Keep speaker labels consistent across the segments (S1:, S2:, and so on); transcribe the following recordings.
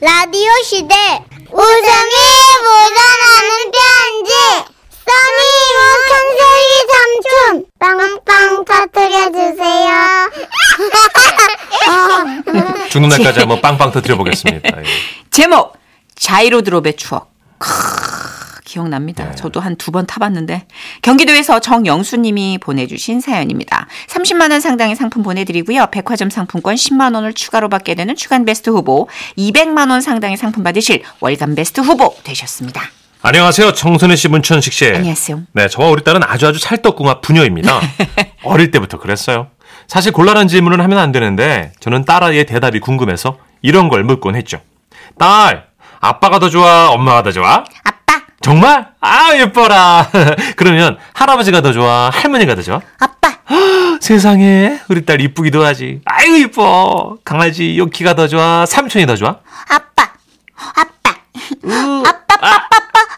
S1: 라디오 시대 웃음이 묻어나는 편지 써니 우천세기 삼촌 빵빵 터뜨려주세요
S2: 죽는
S3: 네.
S2: 날까지 한번 빵빵 터뜨려 보겠습니다. 예.
S3: 제목 자이로드롭의 추억. 크, 기억납니다.
S2: 네.
S3: 저도 한 두 번 타봤는데 경기도에서 정영수님이 보내주신 사연입니다. 30만 원 상당의 상품 보내드리고요. 백화점 상품권 10만 원을 추가로 받게 되는 주간 베스트 후보, 200만 원 상당의 상품 받으실 월간 베스트 후보 되셨습니다.
S2: 안녕하세요. 청선혜 씨, 문천식 씨.
S3: 안녕하세요.
S2: 네, 저와 우리 딸은 아주 아주 찰떡궁합 부녀입니다. 어릴 때부터 그랬어요. 사실 곤란한 질문은 하면 안 되는데 저는 딸아이의 대답이 궁금해서 이런 걸 묻곤 했죠. 딸, 아빠가 더 좋아, 엄마가 더 좋아?
S1: 아빠
S2: 정말? 아 예뻐라. 그러면 할아버지가 더 좋아, 할머니가 더 좋아?
S1: 아빠
S2: 세상에 우리 딸 이쁘기도 하지. 아이고 이뻐. 강아지 요키가 더 좋아, 삼촌이 더 좋아?
S1: 아빠 아빠 아빠 아빠 아빠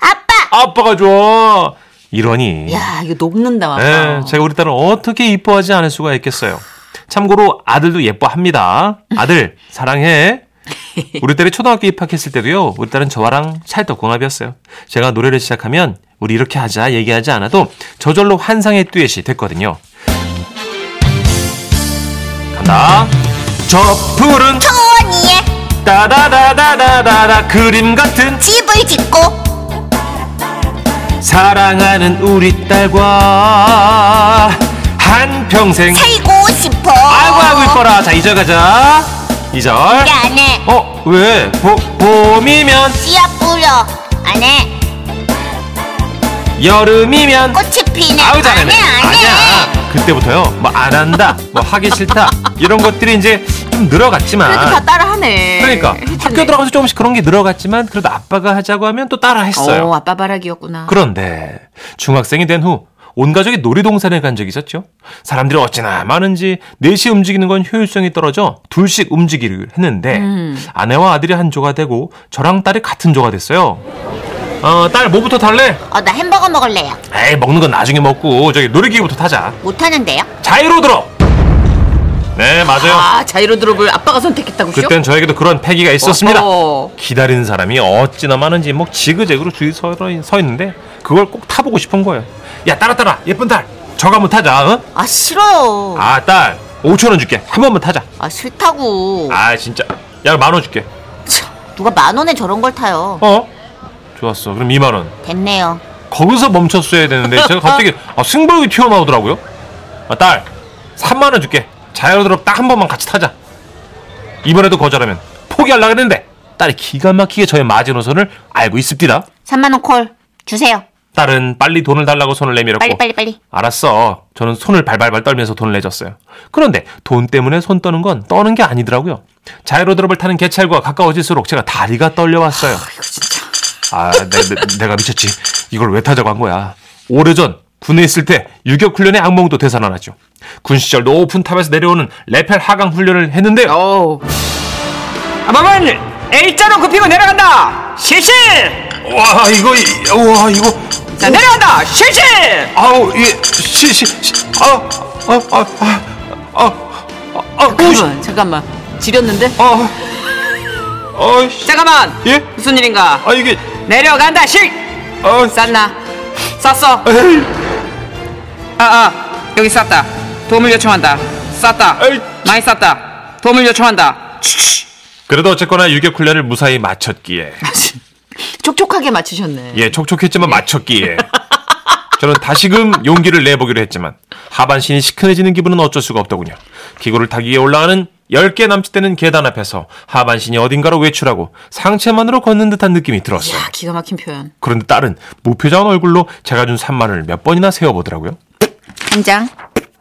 S1: 아빠
S2: 아빠가 좋아. 이러니.
S3: 야 이거 녹는다.
S2: 예, 제가 우리 딸을 어떻게 이뻐하지 않을 수가 있겠어요. 참고로 아들도 예뻐합니다. 아들 사랑해. 우리 딸이 초등학교 입학했을 때도요. 우리 딸은 저와랑 찰떡궁합이었어요. 제가 노래를 시작하면 우리 이렇게 하자 얘기하지 않아도 저절로 환상의 듀엣이 됐거든요. 간다. 저 푸른
S1: 토니의
S2: 따다다다다다다 그림 같은
S1: 집을 짓고
S2: 사랑하는 우리 딸과 한 평생 어.
S1: 살고 싶어
S2: 아이고 아이고 이뻐라 자 2절 가자 2절
S1: 안에
S2: 어? 왜? 보, 봄이면
S1: 씨앗 뿌려 안에
S2: 여름이면
S1: 꽃이 피네
S2: 어, 아우 잘하네
S1: 안에 안에
S2: 아니야 그때부터요 뭐 안 한다 뭐 하기 싫다 이런 것들이 이제 좀
S3: 그래도 다
S2: 늘어갔지만
S3: 따라하네.
S2: 그러니까
S3: 해주네.
S2: 학교 들어가서 조금씩 그런 게 늘어갔지만 그래도 아빠가 하자고 하면 또 따라 했어요
S3: 오, 아빠 바라기였구나.
S2: 그런데 중학생이 된 후 온 가족이 놀이동산에 간 적이 있었죠. 사람들이 어찌나 많은지 넷이 움직이는 건 효율성이 떨어져 둘씩 움직이기를 했는데
S3: 음.
S2: 아내와 아들이 한 조가 되고 저랑 딸이 같은 조가 됐어요. 어, 딸 뭐부터 탈래?
S1: 어나 햄버거 먹을래요
S2: 에이 먹는 건 나중에 먹고 저기 놀이기구부터 타자.
S1: 못하는데요
S2: 자유로 들어. 네 맞아요.
S3: 아 자이로드롭을 아빠가 선택했다고요?
S2: 그땐 저에게도 그런 패기가 있었습니다.
S3: 어허.
S2: 기다리는 사람이 어찌나 많은지 뭐 지그재그로 주위 서, 서 있는데 그걸 꼭 타보고 싶은 거예요. 야 따라 따라 예쁜 딸 저거 한번 타자. 어?
S3: 아 싫어요.
S2: 아딸 5천 원 줄게 한 번만 타자.
S3: 아 싫다고.
S2: 아 진짜 야 만 원 줄게.
S1: 누가 만 원에 저런 걸 타요
S2: 어? 좋았어 그럼 2만 원.
S1: 됐네요
S2: 거기서 멈췄어야 되는데 제가 갑자기 아, 승부욕이 튀어나오더라고요. 아, 딸 3만 원 줄게 자유로드롭 딱 한 번만 같이 타자. 이번에도 거절하면 포기하려고 했는데 딸이 기가 막히게 저의 마지노선을 알고 있습니다.
S1: 3만 원 콜 주세요
S2: 딸은 빨리 돈을 달라고 손을 내밀었고
S1: 빨리 빨리 빨리
S2: 알았어. 저는 손을 발발발 떨면서 돈을 내줬어요. 그런데 돈 때문에 손 떠는 건 떠는 게 아니더라고요. 자이로드롭을 타는 개찰구와 가까워질수록 제가 다리가 떨려왔어요. 아, 내, 내, 가 미쳤지. 이걸 왜 타자고 한 거야. 오래전 군에 있을 때 유격 훈련의 악몽도 되살아나죠. 군 시절 높은 탑에서 내려오는 레펠 하강 훈련을 했는데요.
S3: 어.
S4: 아, 마마는 A자로 굽히고 내려간다 실실
S2: 와, 이거 이- 와, 이거
S4: 자 내려간다 실실
S2: 아우, 이 시, 시, 시 아, 아, 아, 아, 아, 아, 아, 오, 시-
S3: 잠깐만, 잠깐만. 지렸는데?
S2: 아, 아, 씨.
S4: 잠깐만
S2: 예?
S4: 무슨 일인가
S2: 아 이게
S4: 내려간다 실
S2: 아,
S4: 쌌나 쌌어
S2: 에이,
S4: 아아 여기 쌌다 도움을 요청한다 쌌다
S2: 에이.
S4: 많이 쌌다 도움을 요청한다
S2: 그래도 어쨌거나 유격 훈련을 무사히 마쳤기에
S3: 촉촉하게 맞추셨네.
S2: 예 촉촉했지만 마쳤기에 저는 다시금 용기를 내보기로 했지만 하반신이 시큰해지는 기분은 어쩔 수가 없더군요. 기구를 타기 위해 올라가는 10개 남짓되는 계단 앞에서 하반신이 어딘가로 외출하고 상체만으로 걷는 듯한 느낌이 들었어요.
S3: 야, 아, 기가 막힌 표현.
S2: 그런데 딸은 무표정한 얼굴로 제가 준 3만 원을 몇 번이나 세어보더라고요.
S3: 한 장,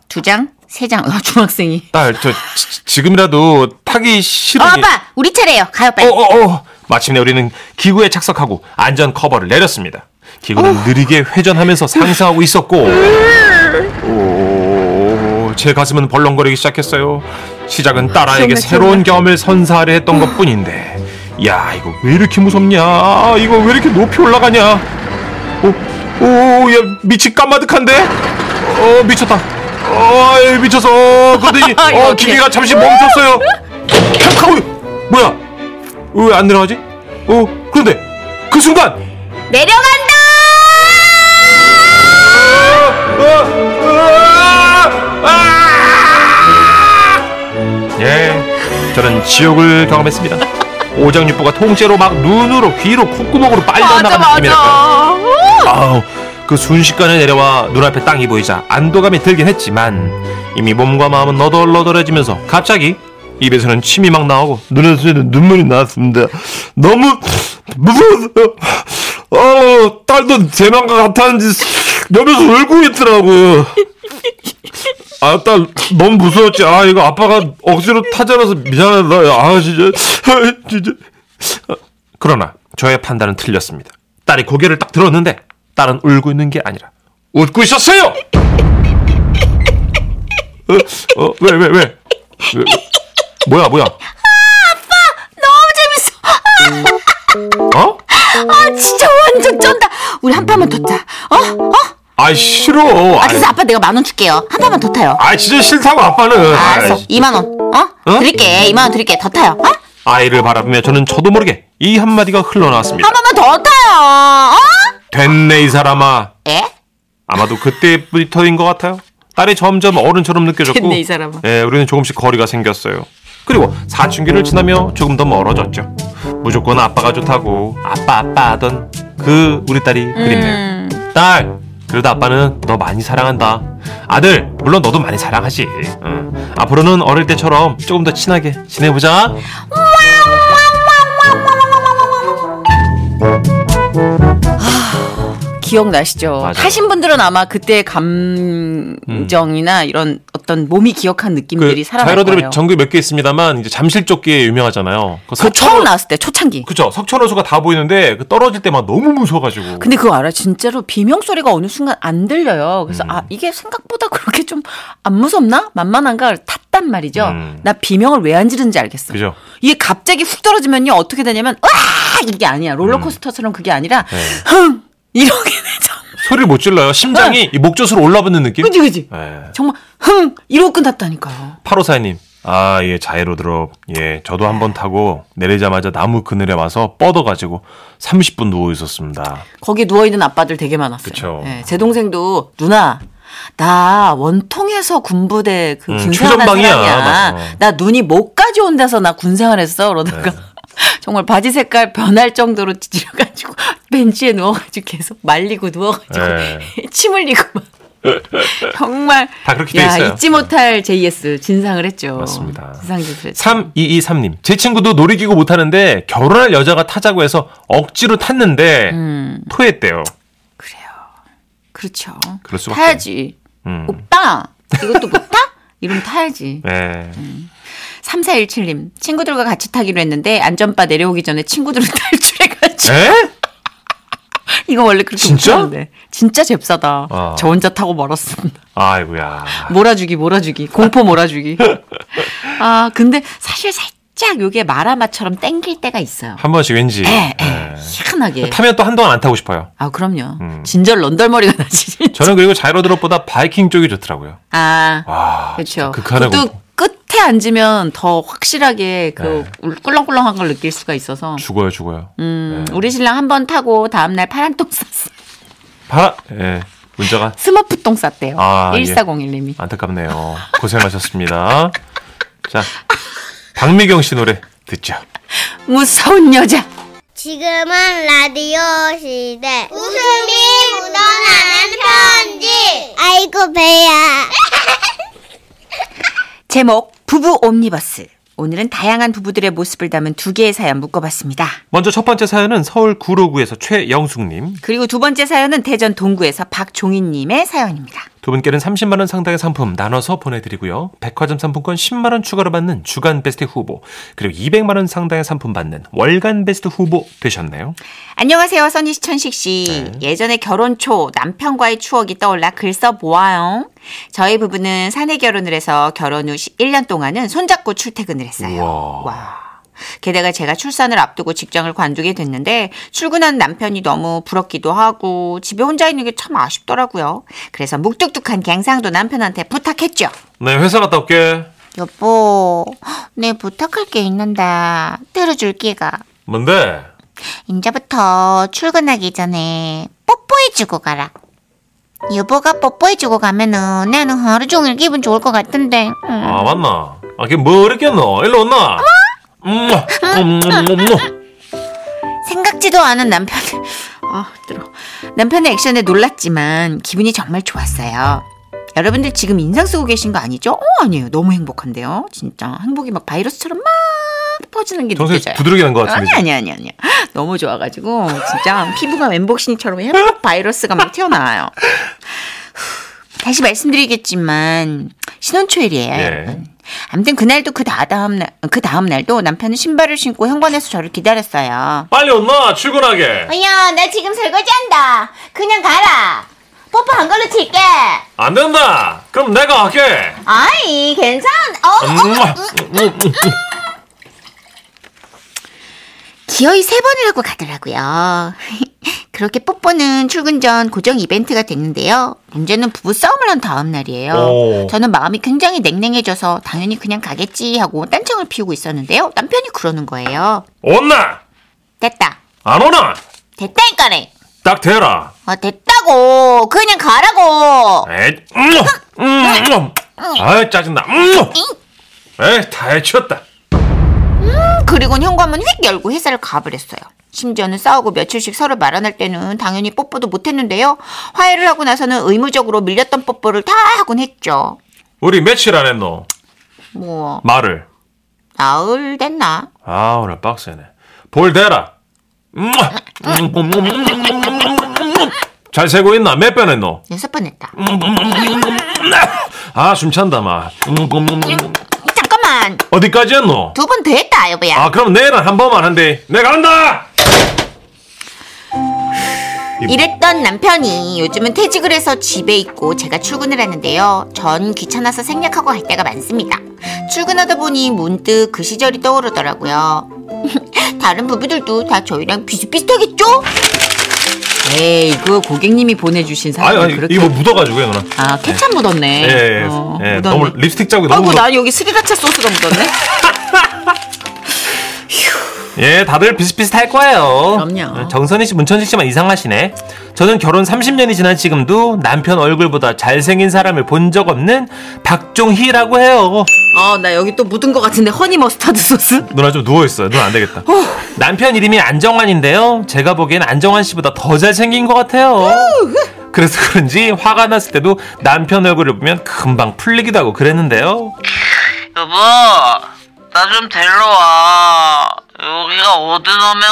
S3: 두 장, 세 장. 어, 중학생이.
S2: 딸, 저 지- 지금이라도 타기
S1: 어
S2: 싫으니
S1: 아빠 우리 차례요 가요 빨리
S2: 어어어 마침내 우리는 기구에 착석하고 안전 커버를 내렸습니다. 기구는 느리게 회전하면서 상승하고 있었고 오, 제 가슴은 벌렁거리기 시작했어요. 시작은 딸아이에게 새로운 경험을 선사하려 했던 것뿐인데 야 이거 왜 이렇게 무섭냐 이거 왜 이렇게 높이 올라가냐 오오야 미치 까마득한데 어 미쳤다 어 에이, 미쳐서 그러더니 어 기계가 잠시 멈췄어요 캬, 하고 어, 뭐야 왜 안 내려가지? 어 그런데 그 순간
S1: 내려간다!
S2: 예, 저는 지옥을 경험했습니다. 오장육부가 통째로 막 눈으로, 귀로, 콧구멍으로
S3: 맞아
S2: 빨려나가는 느낌이랄까요.
S3: 맞아.
S2: 아우, 그 순식간에 내려와 눈앞에 땅이 보이자 안도감이 들긴 했지만 이미 몸과 마음은 너덜너덜해지면서 갑자기 입에서는 침이 막 나오고 눈에서는 눈물이 나왔습니다. 너무 무서웠어요. 어, 딸도 제망과 같았는지 옆에서 울고 있더라고. 아, 딸 너무 무서웠지. 아, 이거 아빠가 억지로 타자라서 미안하다. 아, 진짜. 아, 진짜. 그러나 저의 판단은 틀렸습니다. 딸이 고개를 딱 들었는데 딸은 울고 있는 게 아니라 웃고 있었어요. 어, 어, 왜, 왜, 왜? 왜? 뭐야, 뭐야?
S3: 너무
S2: 어?
S3: 재밌어. 아 진짜 완전 쩐다. 우리 한 판만 더 짜. 어? 어?
S2: 아, 싫어.
S1: 아, 그래서 아빠 내가 만 원 줄게요. 한 판만 더 타요.
S2: 아, 진짜 싫다고 아빠는.
S1: 알았어.
S2: 아이,
S1: 2만 원. 어?
S2: 어?
S1: 드릴게. 2만 원 드릴게. 더 타요. 어? 한
S2: 아이를 바라보며 저는 저도 모르게 이 한마디가 흘러나왔습니다.
S1: 번만 더 타요. 어?
S2: 됐네, 이 사람아.
S1: 예?
S2: 아마도 그때부터인 것 같아요. 딸이 점점 어른처럼 느껴졌고,
S3: 됐네, 이 사람아.
S2: 예, 우리는 조금씩 거리가 생겼어요. 그리고 사춘기를 지나며 조금 더 멀어졌죠. 무조건 아빠가 좋다고 아빠 아빠 하던 그 우리 딸이 그립네요.
S3: 음.
S2: 딸, 그래도 아빠는 너 많이 사랑한다. 아들, 물론 너도 많이 사랑하지. 응. 앞으로는 어릴 때처럼 조금 더 친하게 지내보자.
S3: 기억나시죠?
S2: 맞아요.
S3: 하신 분들은 아마 그때의 감정이나 이런 어떤 몸이 기억한 느낌들이 살아날 거예요.
S2: 음. 그 자이로드롭 전국에 몇 개 있습니다만 이제 잠실조끼에 유명하잖아요. 그
S3: 그
S2: 석촌호-
S3: 처음 나왔을 때 초창기.
S2: 그쵸 석천호수가 다 보이는데 그 떨어질 때만 너무 무서워가지고
S3: 근데 그거 알아? 진짜로 비명 소리가 어느 순간 안 들려요. 그래서
S2: 음.
S3: 아 이게 생각보다 그렇게 좀 안 무섭나? 만만한가 탔단 말이죠.
S2: 음.
S3: 나 비명을 왜 안 지르는지 알겠어.
S2: 그죠.
S3: 이게 갑자기 훅 떨어지면요 어떻게 되냐면 으아 이게 아니야 롤러코스터처럼 그게 아니라
S2: 네.
S3: 흥 이렇게 돼서
S2: 소리를 못 질러요 심장이 이 목젖으로 올라붙는 느낌
S3: 그지 그지
S2: 예.
S3: 정말 흥 이러고 끝났다니까요.
S2: 8542님 아 예 자이로드롭 예 저도 한번 타고 내리자마자 나무 그늘에 와서 뻗어가지고 30분 누워 있었습니다
S3: 거기 누워 있는 아빠들 되게 많았어요.
S2: 그쵸.
S3: 예, 제 동생도 누나 나 원통에서 군부대 그
S2: 음,
S3: 군생활한
S2: 최전방이야.
S3: 사람이야.
S2: 맞아.
S3: 나 눈이 목까지 온 데서 나 군생활했어.
S2: 네.
S3: 그러다가 정말 바지 색깔 변할 정도로 찢어가지고 벤치에 누워가지고 계속 말리고 누워가지고
S2: 예.
S3: 침 흘리고 막 정말
S2: 다 그렇게 돼
S3: 야,
S2: 있어요. 네.
S3: 잊지 못할 JS 진상을 했죠.
S2: 맞습니다.
S3: 진상질 그랬죠.
S2: 3223님 제 친구도 놀이기구 못 타는데 결혼할 여자가 타자고 해서 억지로 탔는데
S3: 음.
S2: 토했대요
S3: 그래요. 그렇죠.
S2: 그럴 수밖에
S3: 타야지.
S2: 음.
S3: 오빠, 이것도 못 타? 이러면 타야지.
S2: 예.
S3: 음. 3417님, 친구들과 같이 타기로 했는데 안전바 내려오기 전에 친구들은 탈출해가지고.
S2: 에?
S3: 이거 원래 그렇게
S2: 진짜?
S3: 못하는데. 진짜 잽싸다.
S2: 아.
S3: 저 혼자 타고 멀었습니다.
S2: 아이고야
S3: 몰아주기, 몰아주기. 공포 몰아주기. 아, 근데 사실 살짝 요게 마라마처럼 땡길 때가 있어요.
S2: 한 번씩 왠지
S3: 에, 에.
S2: 예.
S3: 희한하게.
S2: 타면 음. 또 한동안 안 타고 싶어요
S3: 아, 그럼요. 진절 런덜머리가 나지. 진짜.
S2: 저는 그리고 자이로드롭보다 바이킹 쪽이 좋더라고요.
S3: 아.
S2: 와,
S3: 그렇죠.
S2: 극한의
S3: 그것도
S2: 공포.
S3: 끝에 앉으면 더 확실하게 그
S2: 네.
S3: 꿀렁꿀렁한 걸 느낄 수가 있어서.
S2: 죽어요, 죽어요. 네.
S3: 음, 우리 신랑 한 번 타고 다음 날 파란 똥 쌌어.
S2: 바라, 예, 문자가
S3: 스머프 똥 쌌대요.
S2: 아, 예.
S3: 1401님이.
S2: 안타깝네요. 고생하셨습니다. 자, 박미경 씨 노래 듣죠.
S3: 무서운 여자.
S5: 지금은 라디오 시대. 웃음이 묻어나는 편지. 아이고, 배야.
S3: 제목 부부 옴니버스. 오늘은 다양한 부부들의 모습을 담은 두 개의 사연 묶어봤습니다.
S2: 먼저 첫 번째 사연은 서울 구로구에서 최영숙님.
S3: 그리고 두 번째 사연은 대전 동구에서 박종인님의 사연입니다.
S2: 두 분께는 30만원 상당의 상품 나눠서 보내드리고요. 백화점 상품권 10만원 추가로 받는 주간 베스트 후보, 그리고 200만원 상당의 상품 받는 월간 베스트 후보 되셨네요.
S3: 안녕하세요, 써니 시천식 씨.
S2: 네.
S3: 예전에 결혼 초 남편과의 추억이 떠올라 글 써보아요. 저희 부부는 사내 결혼을 해서 결혼 후 1년 동안은 손잡고 출퇴근을 했어요.
S2: 우와.
S3: 와. 게다가 제가 출산을 앞두고 직장을 관두게 됐는데 출근하는 남편이 너무 부럽기도 하고 집에 혼자 있는 게 참 아쉽더라고요. 그래서 묵뚝뚝한 갱상도 남편한테 부탁했죠.
S2: 네, 회사 갔다 올게.
S1: 여보, 내 부탁할 게 있는데 들어줄 기가.
S2: 뭔데?
S1: 이제부터 출근하기 전에 뽀뽀해주고 가라. 여보가 뽀뽀해주고 가면은 나는 하루 종일 기분 좋을 것 같은데. 응.
S2: 아 맞나? 아 걔 뭐 어렵겠노? 일로 온나? 음, 음, 음, 음, 음.
S3: 생각지도 않은 남편. 아, 들어. 남편의 액션에 놀랐지만 기분이 정말 좋았어요. 여러분들 지금 인상 쓰고 계신 거 아니죠? 어, 아니에요. 너무 행복한데요. 진짜 행복이 막 바이러스처럼 막 퍼지는 게
S2: 정선이
S3: 느껴져요.
S2: 부드럽게 한 것 같은데
S3: 아니 아니 아니 아니. 너무 좋아가지고 진짜 피부가 멘복신처럼 행복 바이러스가 막 튀어나와요. 다시 말씀드리겠지만 신혼초일이에요.
S2: 예.
S3: 여러분. 아무튼 그날도 그 다음 날그 다음 날도 남편은 신발을 신고 현관에서 저를 기다렸어요.
S2: 빨리 온나 출근하게
S5: 야, 나 지금 설거지한다. 그냥 가라. 뽀뽀 한 걸로 칠게.
S2: 안 된다 그럼 내가 할게
S5: 아이, 괜찮. 어,
S2: 음, 음, 음, 음.
S3: 기어이 세 번을 하고 가더라고요. 그렇게 뽀뽀는 출근 전 고정 이벤트가 됐는데요. 문제는 부부 싸움을 한 다음 날이에요.
S2: 오.
S3: 저는 마음이 굉장히 냉랭해져서 당연히 그냥 가겠지 하고 딴청을 피우고 있었는데요. 남편이 그러는 거예요.
S2: 온나
S3: 됐다.
S2: 안 오나
S1: 됐다니까네.
S2: 딱 대라
S1: 어, 됐다고. 그냥 가라고.
S2: 에이 음, 음, 음. 아 짜증나 음. 에이 다 해치웠다
S3: 그리고는 현관문 휙 열고 회사를 가버렸어요. 심지어는 싸우고 며칠씩 서로 말 안 할 때는 당연히 뽀뽀도 못했는데요. 화해를 하고 나서는 의무적으로 밀렸던 뽀뽀를 다 하곤 했죠.
S2: 우리 며칠 안 했노
S3: 뭐
S2: 말을
S3: 나흘 됐나?
S2: 아 오늘 빡세네 볼 대라 음, 음, 음, 음, 음, 음, 음. 잘 세고 있나 몇 번 했노
S3: 여섯 번 했다.
S2: 아 숨찬다 마 음,
S3: 잠깐만
S2: 어디까지 했노?
S3: 두 번 더 했다 여보야.
S2: 아 그럼 내일은 한 번만 한대 내가 한다
S3: 이랬던 남편이 요즘은 퇴직을 해서 집에 있고 제가 출근을 하는데요. 전 귀찮아서 생략하고 갈 때가 많습니다. 출근하다 보니 문득 그 시절이 떠오르더라고요. 다른 부부들도 다 저희랑 비슷비슷하겠죠? 에이 그 고객님이 보내주신
S2: 아니 아니 이거 묻어가지고요 누나
S3: 아 케찹 묻었네. 어,
S2: 예, 예, 예, 너무 립스틱 자국이 너무
S3: 아이고
S2: 묻어-
S3: 난그 여기 스리라차 소스가 묻었네.
S2: 예 다들 비슷비슷할 거예요
S3: 그럼요.
S2: 정선희 씨 문천식 씨만 이상하시네 저는 결혼 30년이 지난 지금도 남편 얼굴보다 잘생긴 사람을 본 적 없는 박종희라고 해요
S3: 어, 아나 여기 또 묻은 것 같은데 허니 머스타드 소스?
S2: 누나 좀 누워있어요 누나 안 되겠다 남편 이름이 안정환인데요 제가 보기엔 안정환 씨보다 더 잘생긴 것 같아요 그래서 그런지 화가 났을 때도 남편 얼굴을 보면 금방 풀리기도 하고 그랬는데요
S6: 여보, 나 좀 데리러 와. 여기가 어디냐면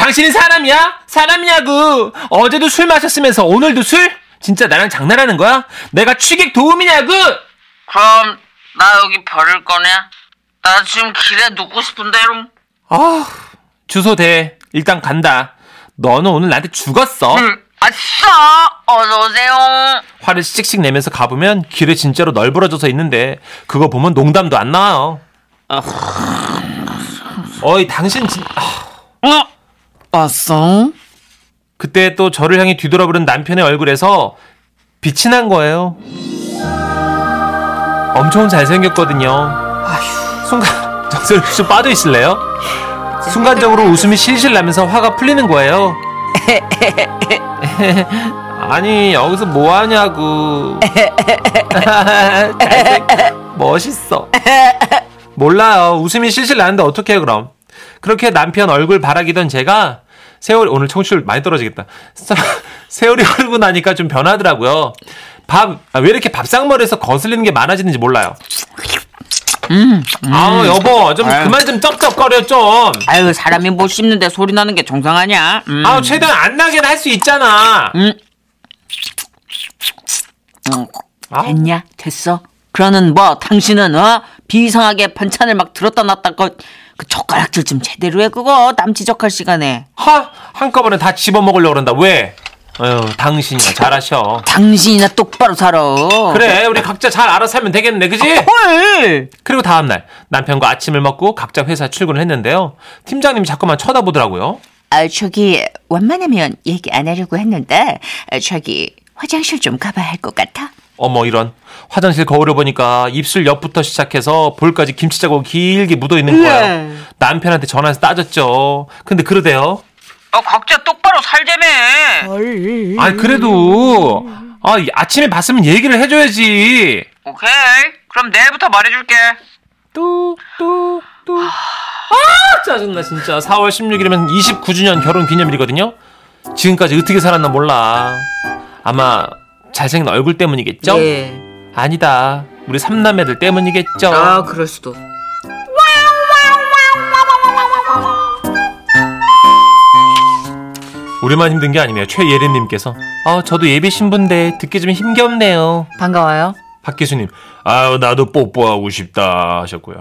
S2: 당신이 사람이야? 사람이냐고. 어제도 술 마셨으면서 오늘도 술? 진짜 나랑 장난하는 거야? 내가 취객 도움이냐고.
S6: 그럼 나 여기 버릴 거냐? 나 지금 길에 눕고 싶은데 롱.
S2: 아, 주소 대. 일단 간다. 너는 오늘 나한테 죽었어.
S6: 응. 아싸! 어서오세요.
S2: 화를 씩씩 내면서 가보면 길에 진짜로 널브러져서 있는데 그거 보면 농담도 안 나와요. 어이 당신 진 아.
S3: 왔어?
S2: 그때 또 저를 향해 뒤돌아보는 남편의 얼굴에서 빛이 난 거예요. 엄청 잘생겼거든요. 순간 정선이 좀 빠져 있을래요? 순간적으로 웃음이 실실 나면서 화가 풀리는 거예요. 아니 여기서 뭐 하냐고. 잘생- 멋있어. 몰라요. 웃음이 실실 나는데 어떻게 해요 그럼? 그렇게 남편 얼굴 바라기던 제가 세월 오늘 청취율 많이 떨어지겠다. 서- 세월이 흐르고 나니까 좀 변하더라고요. 밥 아, 왜 이렇게 밥상머리에서 거슬리는 게 많아지는지 몰라요. 아우 여보 좀 그만 좀 쩝쩝거려 좀.
S4: 아유 사람이 못 씹는데 소리 나는 게 정상 아니야? 음.
S2: 아우 최대한 안 나게 할 수 있잖아.
S3: 어.
S2: 아우.
S4: 됐냐? 됐어? 그러는 뭐 당신은 어 비상하게 반찬을 막 들었다 놨다 거, 그 젓가락질 좀 제대로 해 그거 남 지적할 시간에
S2: 하 한꺼번에 다 집어 먹으려고 그런다. 왜? 어휴 당신이가 잘하셔.
S4: 당신이나 똑바로 살아
S2: 그래 우리 각자 잘 알아서 하면 되겠네 그지?
S4: 헐
S2: 그리고 다음날 남편과 아침을 먹고 각자 회사 출근을 했는데요. 팀장님이 자꾸만 쳐다보더라고요.
S3: 아, 저기 웬만하면 얘기 안 하려고 했는데 아, 저기 화장실 좀 가봐야 할 것 같아.
S2: 어머 이런 화장실 거울을 보니까 입술 옆부터 시작해서 볼까지 김치 자국 길게 묻어 있는 거예요. 남편한테 전화해서 따졌죠. 근데 그러대요.
S6: 아 각자 똑바로 살자며.
S2: 아 그래도 아 이- 아침에 봤으면 얘기를 해줘야지.
S6: 오케이. 그럼 내일부터 말해줄게.
S2: 뚜뚜뚜. 아 짜증나 진짜. 4월 16일이면 29주년 결혼 기념일이거든요. 지금까지 어떻게 살았나 몰라. 아마 잘생긴 얼굴 때문이겠죠?
S4: 예.
S2: 아니다. 우리 삼남매들 때문이겠죠.
S4: 아, 그럴 수도.
S2: 우리만 힘든 게 아니네요. 최예림님께서 아 저도 예비 신부인데 듣기 좀 힘겹네요.
S4: 반가워요.
S2: 박기수님 아유 나도 뽀뽀하고 싶다 하셨고요.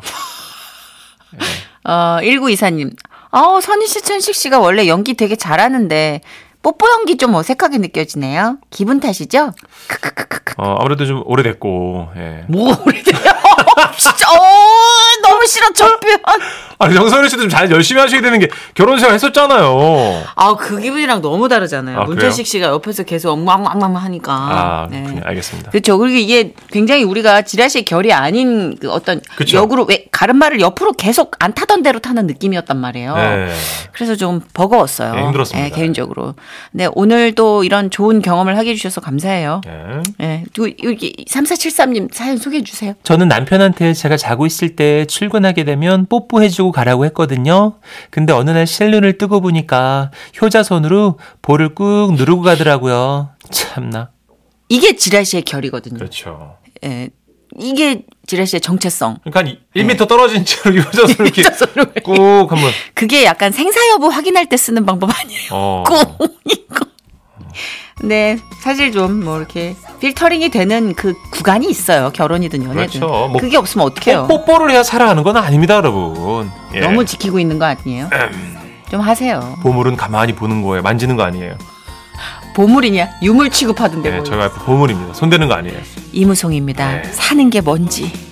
S3: 어, 1924님. 어, 선희 씨, 천식 씨가 원래 연기 되게 잘하는데, 뽀뽀 연기 좀 어색하게 느껴지네요. 기분 탓이죠? 크크크크크.
S2: 어, 아무래도 좀 오래됐고 예.
S4: 뭐, 오래돼요?
S3: 진짜, 어, 너무 싫어, 저 표현.
S2: 아니 정선우 씨도 좀 잘 열심히 하셔야 되는 게 결혼생활 했었잖아요.
S4: 아, 그 기분이랑 너무 다르잖아요.
S2: 아,
S4: 문천식 씨가 옆에서 계속 엉망엉망 하니까.
S2: 아,
S4: 네.
S2: 그렇군요. 알겠습니다.
S3: 그렇죠. 그리고 이게 굉장히 우리가 지라시의 결이 아닌 그 어떤
S2: 그쵸.
S3: 역으로 왜 가르마를 옆으로 계속 안 타던 대로 타는 느낌이었단 말이에요.
S4: 어.
S2: 네.
S3: 그래서 좀 버거웠어요.
S2: 예, 힘들었습니다.
S3: 예, 개인적으로. 네, 오늘도 이런 좋은 경험을 하게 해주셔서 감사해요.
S2: 네.
S3: 예. 그리고 여기 3473님 사연 소개해 주세요.
S2: 저는 남편한테 제가 자고 있을 때 출근하게 되면 뽀뽀해주고 가라고 했거든요. 근데 어느 날 실눈을 뜨고 보니까 효자손으로 볼을 꾹 누르고 가더라고요. 참나.
S3: 이게 지라시의 결이거든요.
S2: 그렇죠.
S3: 예. 이게 지라시의 정체성.
S2: 그러니까 1m 떨어진 채로 효자손을 이렇게 꾹 한번.
S3: 그게 약간 생사 여부 확인할 때 쓰는 방법 아니에요?
S2: 어.
S3: 꽁이고. 네, 사실 좀 뭐 이렇게 필터링이 되는 그 구간이 있어요. 결혼이든 연애든.
S2: 그렇죠. 뭐
S3: 그게 없으면 어떡해요?
S2: 뽀뽀를 해야 살아가는 건 아닙니다, 여러분. 예. 음.
S3: 너무 지키고 있는 거 아니에요? 좀 하세요.
S2: 보물은 가만히 보는 거예요. 만지는 거 아니에요.
S3: 보물이냐? 유물 취급하던데
S2: 예,
S3: 뭐.
S2: 저희 와이프 보물입니다. 손대는 거 아니에요.
S3: 이무송입니다.
S2: 네.
S3: 사는 게 뭔지.